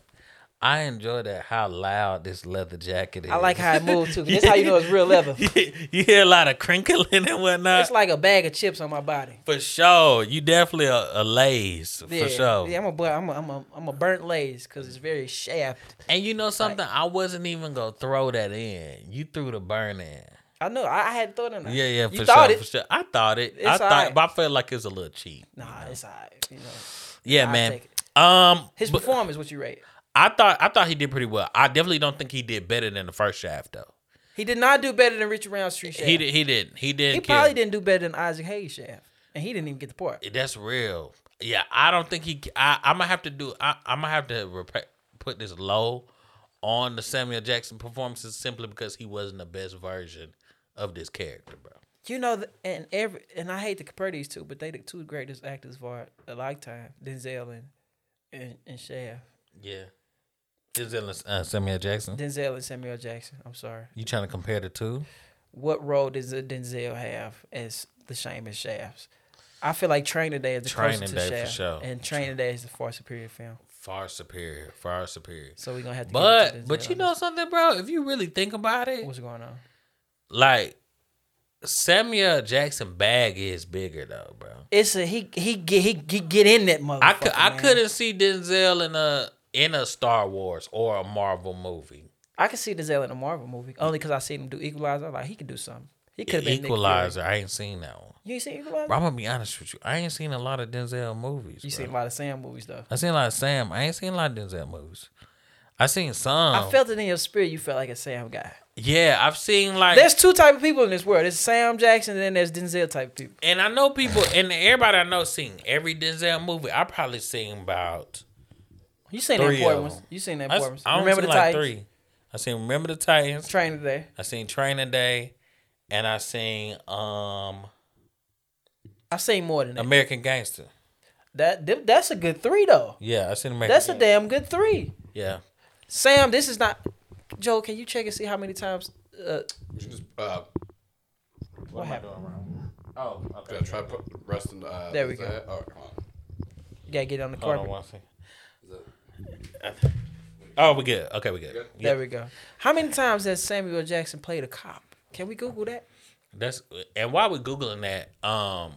C: I enjoy that how loud this leather jacket is.
B: I like how it moved too. That's how you know it's real leather.
C: [LAUGHS] you hear a lot of crinkling and whatnot.
B: It's like a bag of chips on my body.
C: for sure, you definitely a, a lays
B: Yeah,
C: for sure.
B: Yeah, I'm a bu- I'm a, I'm a, I'm a burnt lays because it's very shaft.
C: And you know something? I wasn't even gonna throw that in. You threw the burn in.
B: I know. I, I had thought in that.
C: Yeah, yeah,
B: You
C: for
B: thought
C: sure,
B: it.
C: for sure. I thought it.
B: It's
C: I thought,
B: alright.
C: but I felt like it was a little cheap.
B: Nah, it's alright. You know,
C: Yeah,
B: I'll
C: man.
B: take
C: Um,
B: his
C: but
B: performance, what you rate?
C: I thought I thought he did pretty well. I definitely don't think he did better than the first shaft though.
B: He did not do better than Richard Round Street Shaft.
C: He did. He didn't. He didn't.
B: He
C: kill.
B: probably didn't do better than Isaac Hayes Shaft, and he didn't even get the part.
C: That's real. Yeah, I don't think he. I, I'm gonna have to do. I, I'm gonna have to repa put this low on the Samuel Jackson performances simply because he wasn't the best version of this character, bro.
B: You know, th- and every and I hate to compare these two, but they the two greatest actors of our a lifetime, Denzel and and, and Shaft.
C: Yeah. Is it uh, Samuel Jackson?
B: Denzel and Samuel Jackson. I'm sorry.
C: You trying to compare the two?
B: What role does a Denzel have as the Seamus Shafts? I feel like Training Day is the
C: Training
B: closest
C: Day for
B: to Shaft,
C: sure.
B: and Training Day is the far superior film.
C: Far superior. Far superior.
B: So we're gonna have to. give it to
C: But but
B: Denzel
C: you
B: on
C: know
B: this.
C: something, bro? If you really think about it,
B: what's going on?
C: like Samuel Jackson bag is bigger though, bro.
B: It's a he he get he, he get in that motherfucker.
C: I could I
B: man.
C: couldn't see Denzel in a in a Star Wars or a Marvel movie.
B: I could see Denzel in a Marvel movie only because I seen him do Equalizer. I'm like, he could do something. He could have been Nick Fury.
C: Equalizer, I ain't seen that one.
B: You ain't seen Equalizer?
C: Bro, I'm gonna be honest with you. I ain't seen a lot of Denzel movies.
B: you
C: bro.
B: seen a lot of Sam movies though.
C: I seen a lot of Sam. I ain't seen a lot of Denzel movies. I seen some.
B: I felt it in your spirit. You felt like a Sam guy.
C: yeah, I've seen like
B: There's two type of people in this world. There's Sam Jackson and then there's Denzel type people.
C: and I know people and everybody I know seen every Denzel movie. I probably seen about
B: You seen the
C: Three
B: important
C: of
B: ones. You seen the
C: I,
B: important ones.
C: I
B: Remember
C: remember
B: the
C: like
B: Titans?
C: three. I seen Remember the Titans.
B: Training today.
C: I seen Training Day, and I seen um
B: I seen more than that.
C: American Gangster.
B: that th- that's a good three though.
C: Yeah, I seen American.
B: That's a
C: Gangster.
B: damn good three.
C: Yeah,
B: Sam, this is not. Joe, can you check and see how many times? Uh,
D: You should just uh,
B: what happened?
C: Oh,
D: yeah, try to put rest in the. Uh,
B: There we
D: is
B: go.
D: that- Oh, come on.
B: You gotta get it on the
C: Hold on
B: carpet.
C: one second. Oh, we good. Okay, we good.
B: There we go. How many times has Samuel Jackson played a cop? Can we Google that?
C: That's and while we're googling that, um,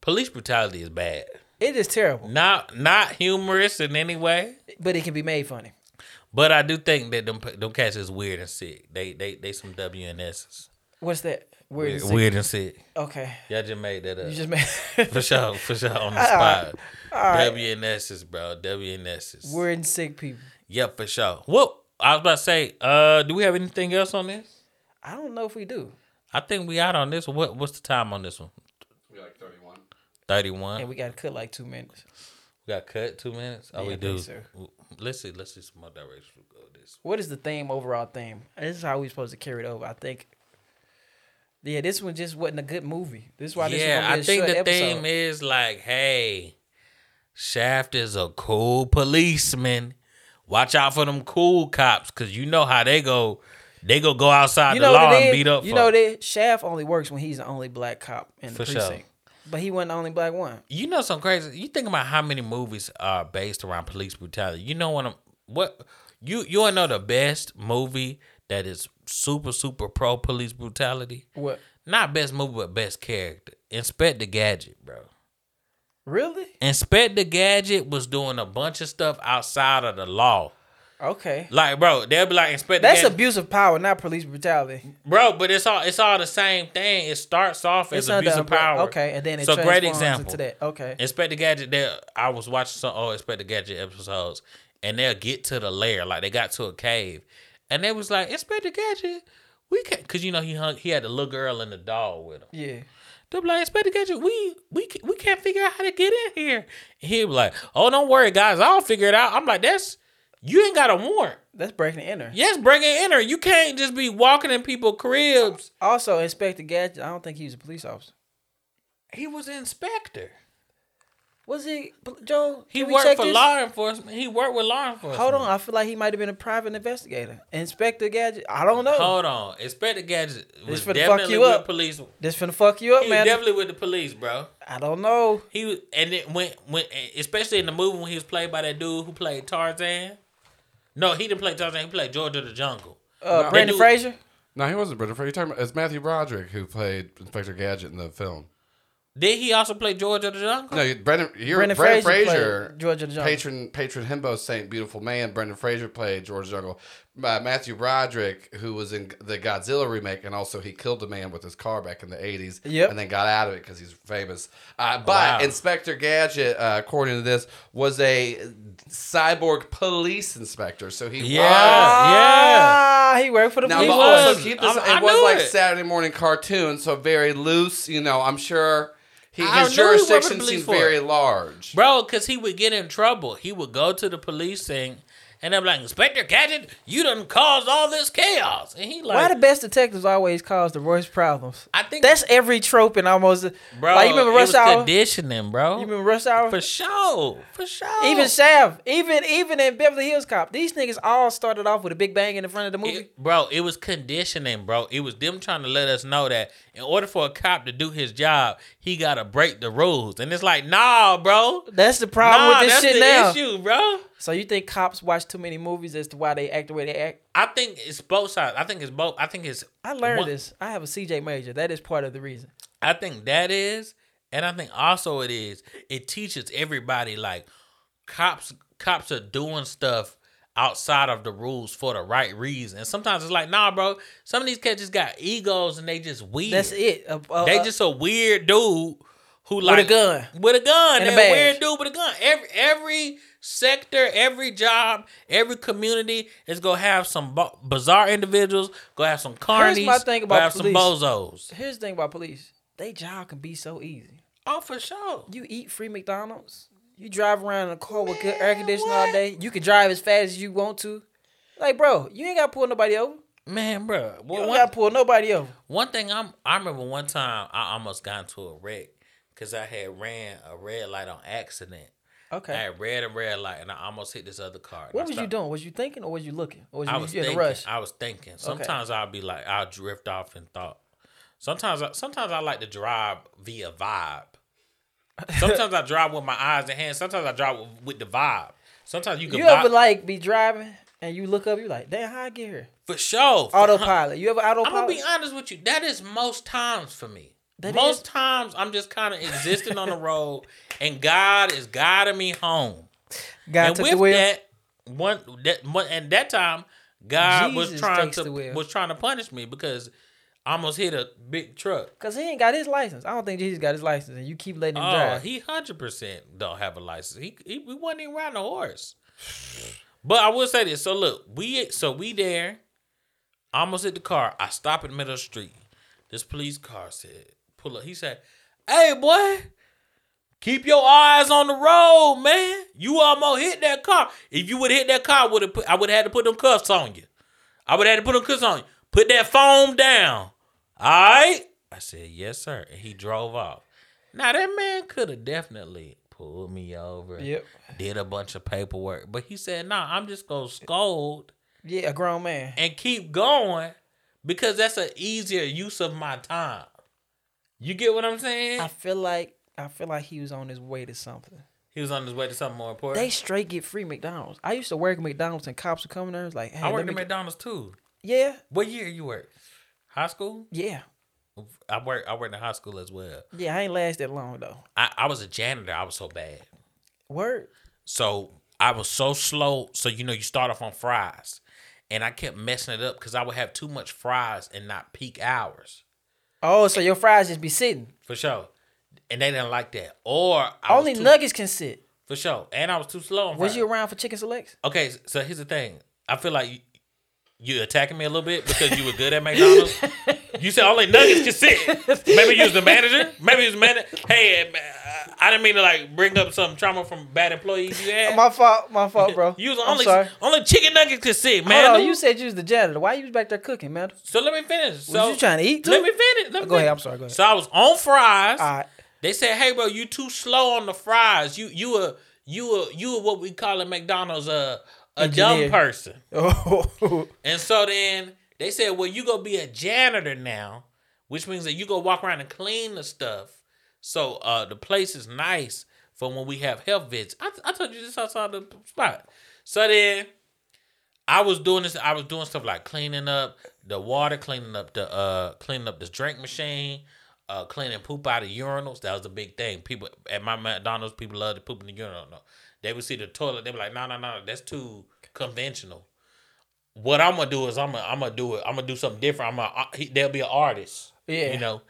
C: police brutality is bad.
B: It is terrible,
C: Not not humorous in any way,
B: but it can be made funny.
C: but I do think that them them cats is weird and sick. They they they some WNSs.
B: What's that? Weird. and sick.
C: Weird and sick.
B: Okay,
C: Y'all just made that up. [LAUGHS]
B: you just made [LAUGHS]
C: For sure, for sure, on the spot. WNSs, bro. WNSs.
B: weird and sick people.
C: yeah, for sure. Well, I was about to say, uh, do we have anything else on this?
B: I don't know if we do,
C: I think we out on this. one. What what's the time on this one?
D: We like 31.
C: Thirty
B: and
C: one. We
B: we gotta cut like two minutes.
C: got cut two minutes. Oh,
B: Yeah,
C: we
B: I
C: do.
B: think so.
C: W- Let's see. Let's see some more directions we go this.
B: What is the theme? Overall theme. This is how we supposed to carry it over. I think. Yeah, this one just wasn't a good movie. This is why this
C: yeah, I
B: is
C: think
B: gonna
C: the
B: be a short episode.
C: theme is like, hey, Shaft is a cool policeman. Watch out for them cool cops, cause you know how they go. They go go outside
B: you
C: the
B: know
C: law
B: what
C: and
B: it is?
C: beat up.
B: you
C: folks.
B: know that Shaft only works when he's the only black cop in the
C: For sure.
B: precinct. But he wasn't the only black one.
C: You know some crazy. You think about how many movies are based around police brutality. You know what? I'm, what you you wanna know the best movie that is super super pro police brutality.
B: What?
C: Not best movie, but best character. Inspector Gadget, bro.
B: Really?
C: Inspector Gadget was doing a bunch of stuff outside of the law.
B: Okay.
C: Like, bro, they'll be like Inspector.
B: That's
C: Gadget.
B: abuse of power, not police brutality.
C: bro, but it's all it's all the same thing. It starts off
B: It's
C: as abuse
B: under
C: of power.
B: Okay, and then it
C: so great
B: transforms
C: example.
B: into that. Okay.
C: Inspector Gadget, there I was watching some old Inspector Gadget episodes, and they'll get to the lair, like they got to a cave, and they was like Inspector Gadget, we can't, cause you know he hung, he had the little girl and the dog with him.
B: Yeah.
C: They be like Inspector Gadget, we we ca- we can't figure out how to get in here. And he be like, oh don't worry guys, I'll figure it out. I'm like that's you ain't got a warrant.
B: That's breaking the inner.
C: Yes, bring it in her. You can't just be walking in people cribs.
B: Also, Inspector Gadget, I don't think he was a police officer.
C: He was an inspector.
B: Was he, Joe?
C: He
B: can we
C: worked
B: check
C: for
B: this?
C: law enforcement. He worked with law enforcement.
B: Hold on, I feel like he might have been a private investigator. Inspector Gadget, I don't know.
C: Hold on. Inspector Gadget was
B: Oh. finna fuck
C: definitely
B: you
C: with
B: up,
C: police. He
B: This finna fuck you up,
C: was
B: man.
C: definitely with the police, bro.
B: I don't know.
C: He was, and then when when especially in the movie when he was played by that dude who played Tarzan. No, he didn't play Tarzan. He played George of the Jungle.
B: Uh,
D: Nah.
B: Brandon
C: That dude-
B: Fraser.
D: No, he wasn't Brendan Fraser. You're talking about it's Matthew Broderick who played Inspector Gadget in the film.
C: Did he also play George of the Jungle?
D: No, you- Brendan. You're
B: Brendan
D: Brendan,
B: Fraser
D: Brendan Fraser.
B: played George of the Jungle.
D: Patron, patron himbo saint, beautiful man. Brendan Fraser played George Jungle. Uh, Matthew Broderick, who was in the Godzilla remake, and also he killed a man with his car back in the '80s,
B: Yep.
D: and then got out of it because he's famous. Uh, but
C: Wow.
D: Inspector Gadget, uh, according to this, was a cyborg police inspector. So he was.
C: yeah.
B: Ah, he worked for the
D: Now,
B: police.
D: but
C: was.
D: also keep this.
C: I- I
D: it was
C: knew
D: like
C: it.
D: Saturday morning cartoon, so very loose. You know, I'm sure he,
C: I
D: his
C: knew he worked for
D: jurisdiction
C: police
D: seems
C: for it.
D: very large.
C: Bro, because he would get in trouble. He would go to the police thing, and I'm like, Inspector Gadget, you done caused all this chaos. And he like,
B: Why the best detectives always cause the worst problems?
C: I think
B: That's every trope in almost.
C: bro.
B: like you remember
C: it
B: Rush
C: was
B: Hour?
C: conditioning, bro.
B: you remember Rush Hour?
C: for sure, for sure.
B: Even Shaft, even even in Beverly Hills Cop, these niggas all started off with a big bang in the front of the movie.
C: It- bro, it was conditioning, bro. It was them trying to let us know that in order for a cop to do his job, he gotta break the rules. And it's like, nah, bro.
B: that's the problem
C: Nah,
B: with this
C: that's
B: shit
C: the
B: now.
C: issue, bro.
B: So you think cops watch too many movies as to why they act the way they act?
C: I think it's both sides. I think it's both. I think it's.
B: I learned
C: one-
B: this. I have a CJ major. That is part of the reason.
C: I think that is, and I think also it is. It teaches everybody like cops. Cops are doing stuff outside of the rules for the right reason. And sometimes it's like, nah, bro. Some of these cats just got egos and they just weird.
B: That's it. Uh, A- a-
C: They
B: a-
C: just a weird dude who
B: a
C: like
B: gun.
C: With a gun.
B: And a
C: They a
B: badge.
C: weird dude with a gun. Every every sector, every job, every community is gonna have some bu- bizarre individuals. Gonna have some carnies.
B: Here's my thing about
C: gonna have
B: police.
C: some bozos.
B: Here's the thing about police. They job can be so easy.
C: Oh, for sure.
B: You eat free McDonald's. You drive around in a car with good air conditioning all day. You can drive as fast as you want to. Like, bro, you ain't got to pull nobody over.
C: Man, bro.
B: You
C: Well,
B: don't
C: one,
B: got to pull nobody over.
C: one thing I'm I remember one time I almost got into a wreck because I had ran a red light on accident.
B: Okay.
C: I had red and red light and I almost hit this other car. and I
B: What was you
C: stopped-
B: doing? Was you thinking or was you looking? Or was you,
C: I was
B: you in
C: thinking.
B: a rush?
C: I was thinking. Sometimes I'll be like, I'll drift off in thought. Sometimes, I, sometimes I like to drive
B: [LAUGHS]
C: via vibe. Sometimes I drive with my eyes and hands. Sometimes I drive with, with the vibe. Sometimes you can
B: You
C: vibe
B: ever like be driving and you look up, you like, damn, how I get
C: [LAUGHS]
B: here?
C: for sure. for
B: Autopilot. You ever
C: I'm gonna
B: autopilot?
C: be honest with you. That is most times for me.
B: That
C: most
B: is-
C: times I'm just kind of existing on the road, and God is guiding me home.
B: God
C: and
B: took
C: with
B: the wheel.
C: that, one that one, and that time, God was
B: Jesus
C: trying
B: takes the
C: to
B: wheel.
C: was trying to punish me because I almost hit a big truck.
B: Cause he ain't got his license. I don't think Jesus got his license, and you keep letting him
C: Oh,
B: drive.
C: he hundred percent don't have a license. He, he we wasn't even riding a horse. But I will say this. So look, we so we there. I almost hit the car. I stop in the middle of the street. This police car said, pull up. He said, Hey boy, keep your eyes on the road, man. You almost hit that car. If you would hit that car, would have put I would have had to put them cuffs on you. I would have had to put them cuffs on you. Put that phone down. Alright? I said, Yes, sir. And he drove off. Now that man could have definitely pulled me over.
B: Yep.
C: Did a bunch of paperwork. But he said, nah, I'm just gonna scold
B: yeah, a grown man.
C: and keep going because that's an easier use of my time. You get what I'm saying?
B: I feel like I feel like he was on his way to something.
C: He was on his way to something more important.
B: They straight get free McDonald's. I used to work at McDonald's and cops would come in there. It's like, hey,
C: I
B: let
C: worked
B: me
C: at
B: get-
C: McDonald's too.
B: Yeah,
C: What year you work? High school?
B: yeah,
C: I work. I worked in high school as well.
B: yeah. I ain't last that long though.
C: I, I was a janitor. I was so bad.
B: Word.
C: So I was so slow. So you know, you start off on fries, and I kept messing it up because I would have too much fries and not peak hours
B: Oh, so your fries just be sitting.
C: for sure. And they didn't like that. Or I was
B: Only
C: too-
B: nuggets can sit.
C: for sure. And I was too slow. On
B: Was
C: fries.
B: you around for chicken selects?
C: Okay, so here's the thing. I feel like you, you attacking me a little bit because you were good at McDonald's. you said only nuggets can sit. Maybe you was the manager. Maybe you was the manager. Hey, uh, I didn't mean to like bring up some trauma from bad employees you had.
B: My fault, my fault, bro.
C: [LAUGHS] you was
B: I'm
C: only
B: sorry.
C: only chicken nuggets can sit, man.
B: Hold on, you said you was the janitor. Why you was back there cooking, man?
C: so let me finish. So
B: Was you trying to eat too?
C: Let me finish. Let me
B: Go ahead,
C: finish.
B: I'm sorry, go ahead.
C: So I was on fries.
B: All right.
C: They said, "Hey, bro, you too slow on the fries. You you a you a you a what we call at McDonald's a a
B: Engineer.
C: dumb person."
B: [LAUGHS] Oh,
C: And so then they said, "Well, you go be a janitor now, which means that you go walk around and clean the stuff, so uh, the place is nice for when we have health visits." I, I told you this outside the spot. So then I was doing this. I was doing stuff like cleaning up the water, cleaning up the uh, cleaning up the drink machine. Uh, cleaning poop out of urinals. That was a big thing. People at my McDonald's, people love to poop in the urinal. No. They would see the toilet. They be like, no, no, no, that's too conventional what I'm gonna do is I'm gonna I'm gonna do it. I'm gonna do something different. I'm gonna he, they'll be an artist.
B: Yeah.
C: you know.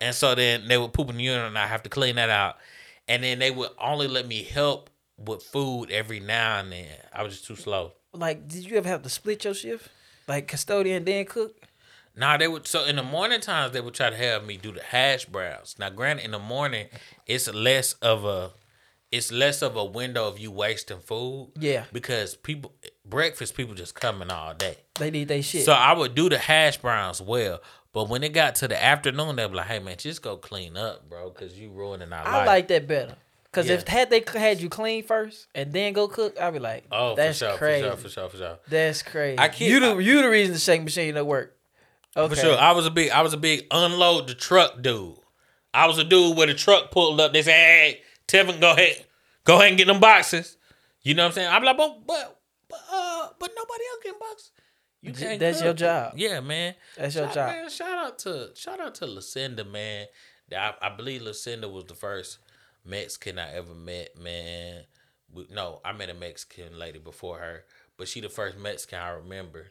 C: And so then they would poop in the urinal, and I have to clean that out. And then they would only let me help with food every now and then. I was just too slow.
B: like, did you ever have to split your shift, like custodian then cook?
C: Now they would so in the morning times they would try to have me do the hash browns. Now, granted, in the morning it's less of a it's less of a window of you wasting food.
B: Yeah.
C: because people breakfast people just coming all day.
B: They need they shit.
C: So I would do the hash browns well, but when it got to the afternoon, they be like, "Hey man, just go clean up, bro, because you ruining our
B: I
C: life."
B: like that better. Cause if
C: Yeah.
B: had they c- had you clean first and then go cook, I'd be like,
C: oh,
B: that's
C: for sure,
B: crazy.
C: for sure, for sure, for sure,
B: That's crazy.
C: I kid-
B: you the
C: I-
B: you the reason the shake machine don't work. Okay.
C: for sure. I was a big, I was a big unload the truck dude. I was a dude where the truck pulled up. They said, "Hey, Tevin, go ahead, go ahead and get them boxes." You know what I'm saying? I'm like, but but but, uh, but nobody else getting boxes. You
B: J-
C: can't
B: that's your
C: cook.
B: job.
C: Yeah, man.
B: That's your
C: shout,
B: job.
C: Man, shout out to shout out to Lucinda, man. I, I believe Lucinda was the first Mexican I ever met, man. We- No, I met a Mexican lady before her, but she the first Mexican I remember.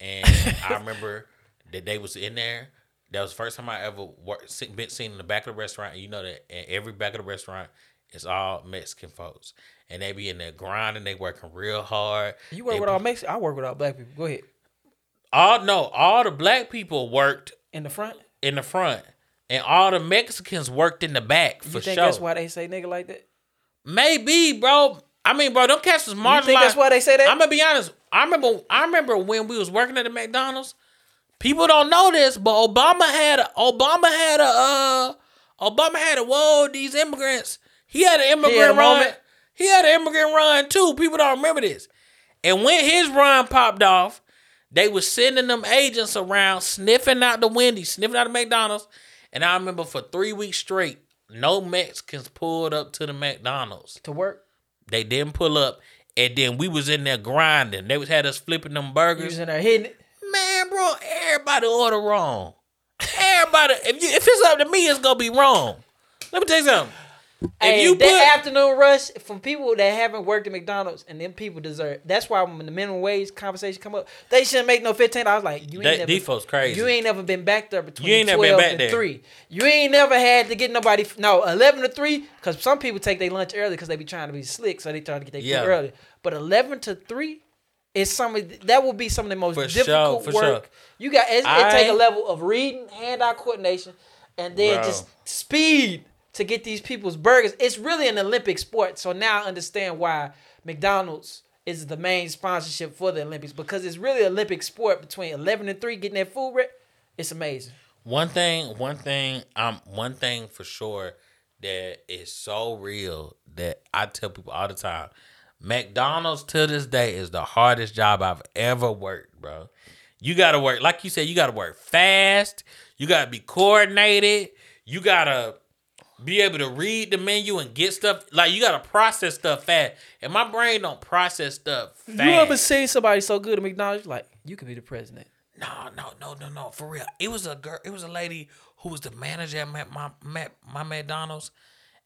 C: And [LAUGHS] I remember that they was in there. That was the first time I ever worked, se- been seen in the back of the restaurant. You know that in every back of the restaurant is all Mexican folks, and they be in there grinding. They working real hard.
B: You work
C: They
B: with
C: be-
B: all Mexican. I work with all black people. Go ahead.
C: all no, all the black people worked
B: In the front.
C: in the front, and all the Mexicans worked in the back
B: You
C: for
B: think
C: sure.
B: that's why they say nigga like that?
C: Maybe, bro. I mean, bro, them cats was marginalized.
B: You think that's why they say that?
C: I'm gonna be honest. I remember. I remember when we was working at the McDonald's. People don't know this, but Obama had a Obama had a uh, Obama had a whoa these immigrants. He had an immigrant
B: had a
C: run.
B: moment.
C: He had an immigrant run too. People don't remember this. And when his run popped off, they was sending them agents around sniffing out the Wendy's, sniffing out the McDonald's. And I remember for three weeks straight, no Mexicans pulled up to the McDonald's.
B: to work.
C: They didn't pull up, and then we was in there grinding. They was had us flipping them
B: You was
C: burgers.
B: in there hitting it.
C: Man, bro, everybody order wrong. Everybody, if you, if it's up to me, it's gonna be wrong. Let me tell you something. If
B: Hey,
C: you put,
B: that afternoon rush from people that haven't worked at McDonald's and them people deserve. That's why when the minimum wage conversation come up, they shouldn't make no fifteen. I was like, you ain't
C: That
B: never,
C: default's crazy.
B: You ain't never been back there between
C: You ain't never been
B: twelve
C: back
B: and
C: there.
B: three. You ain't never had to get nobody. No, eleven to three because some people take their lunch early because they be trying to be slick, so they trying to get their
C: Yeah.
B: food early. But eleven to three. is some of, that will be some of the most
C: For sure,
B: difficult
C: for
B: work.
C: sure.
B: You got it, it take a
C: I-
B: level of reading, hand eye coordination, and then
C: Bro.
B: just speed to get these people's burgers. It's really an Olympic sport. So now I understand why McDonald's is the main sponsorship for the Olympics because it's really an Olympic sport between 11 and 3 getting that food ready. It's amazing.
C: One thing, one thing, um, one thing for sure that is so real that I tell people all the time. McDonald's to this day is the hardest job I've ever worked, bro. You gotta work, like you said, you gotta work fast. You gotta be coordinated. You gotta be able to read the menu and get stuff. Like you gotta process stuff fast, and my brain don't process stuff fast.
B: You ever seen somebody so good at McDonald's? Like, you could be the president.
C: No, no, no, no, no. For real, it was a girl. It was a lady who was the manager at my my, my, my McDonald's,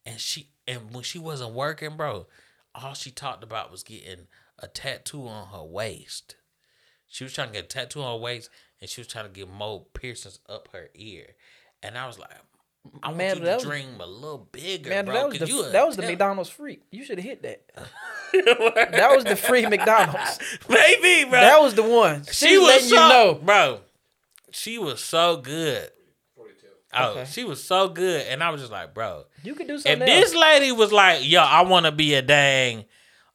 C: and she and when she wasn't working, bro, all she talked about was getting a tattoo on her waist. She was trying to get a tattoo on her waist, and she was trying to get more piercings up her ear. And I was like, I want
B: Man,
C: you
B: that
C: to
B: was-
C: dream a little bigger,
B: Man,
C: bro.
B: that was
C: 'cause you uh,
B: the
C: a
B: that was the
C: temp- [LAUGHS]
B: McDonald's freak. You should have hit that. that was the free McDonald's.
C: Maybe, bro.
B: That was the one. She, was letting
C: so,
B: you know.
C: bro. She was so good. Oh,
B: Okay.
C: she was so good, and I was just like, bro.
B: You could do
C: And
B: something.
C: this
B: else.
C: lady was like, yo, I want to be a dang.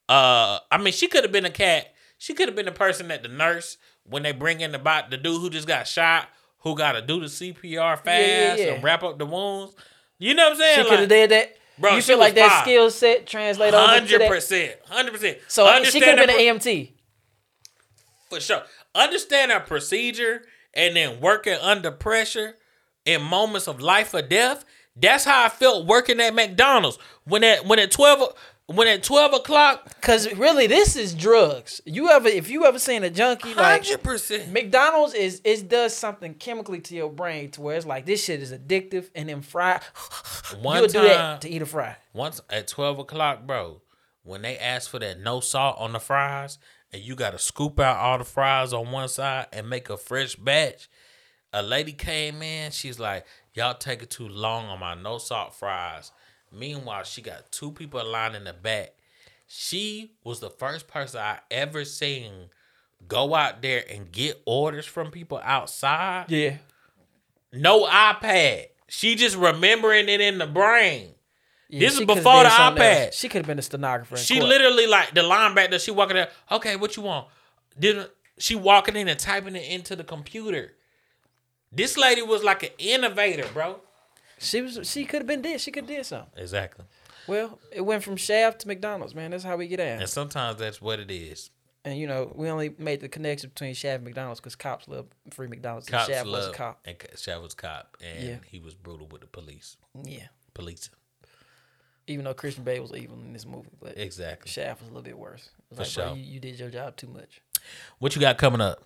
C: Uh, I mean, she could have been a cat. She could have been the person that the nurse when they bring in the bot, the dude who just got shot, who got to do the CPR fast
B: yeah, yeah.
C: and wrap up the wounds. You know what I'm
B: she
C: saying?
B: could have
C: Like,
B: did that.
C: Bro,
B: you
C: she
B: feel like
C: was
B: that
C: fine.
B: skill set translate over to
C: Hundred
B: that.
C: percent, hundred percent.
B: So she could have been
C: the
B: an E
C: pro-
B: EMT.
C: for sure. Understand our procedure and then working under pressure in moments of life or death. That's how I felt working at McDonald's when at when at twelve o- when at twelve o'clock.
B: Cause really, this is drugs. You ever, if you ever seen a junkie, like
C: Hundred percent.
B: McDonald's is it does something chemically to your brain to where it's like this shit is addictive and then fry [LAUGHS]
C: One
B: you'll do
C: time-
B: that to eat a fry.
C: Once at twelve o'clock, bro, when they ask for that no salt on the fries and you got to scoop out all the fries on one side and make a fresh batch. a lady came in. She's like, "Y'all taking too long on my no salt fries." Meanwhile, she got two people lined in the back. She was the first person I ever seen go out there and get orders from people outside.
B: Yeah.
C: No iPad. She just remembering it in the brain.
B: Yeah,
C: This is
B: she could've
C: before
B: did
C: the
B: something
C: iPad.
B: else. She could have been a stenographer. in
C: She
B: court.
C: literally like the linebacker. She walking there. Okay, what you want? Did she walking in and typing it into the computer? This lady was like an innovator, bro.
B: she was she could have been did she could did something.
C: Exactly.
B: Well, it went from Shaft to McDonald's, man. That's how we get
C: And
B: out.
C: sometimes that's what it is.
B: And you know, we only made the connection between Shaft and McDonald's because cops love free McDonald's.
C: Cops
B: and Shaft
C: love
B: was a cop.
C: and Shad was a cop, and
B: Yeah.
C: he was brutal with the police.
B: Yeah.
C: Police,
B: Even though Christian Bale was evil in this movie, but
C: exactly.
B: Shaft was a little bit worse. It was
C: For
B: like, bro,
C: sure.
B: you, you did your job too much.
C: What you got coming up?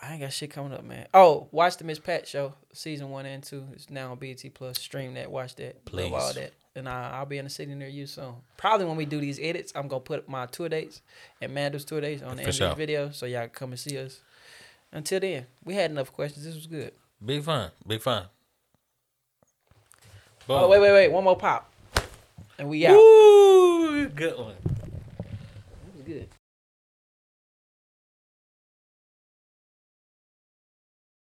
B: I ain't got shit coming up, man. Oh, watch the Miss Pat show, season one and two. It's now on BT Plus. Stream that, watch that,
C: Please.
B: love all that. And I, I'll be in the city near you soon. Probably when we do these edits, I'm gonna put my tour dates and Mandel's tour dates on the
C: For
B: end
C: sure.
B: of the video, so y'all can come and see us. Until then, we had enough questions. This was good.
C: Big fun, big fun.
B: Oh, wait, wait, wait. One more pop, and we out.
C: Woo, good one.
B: That was good.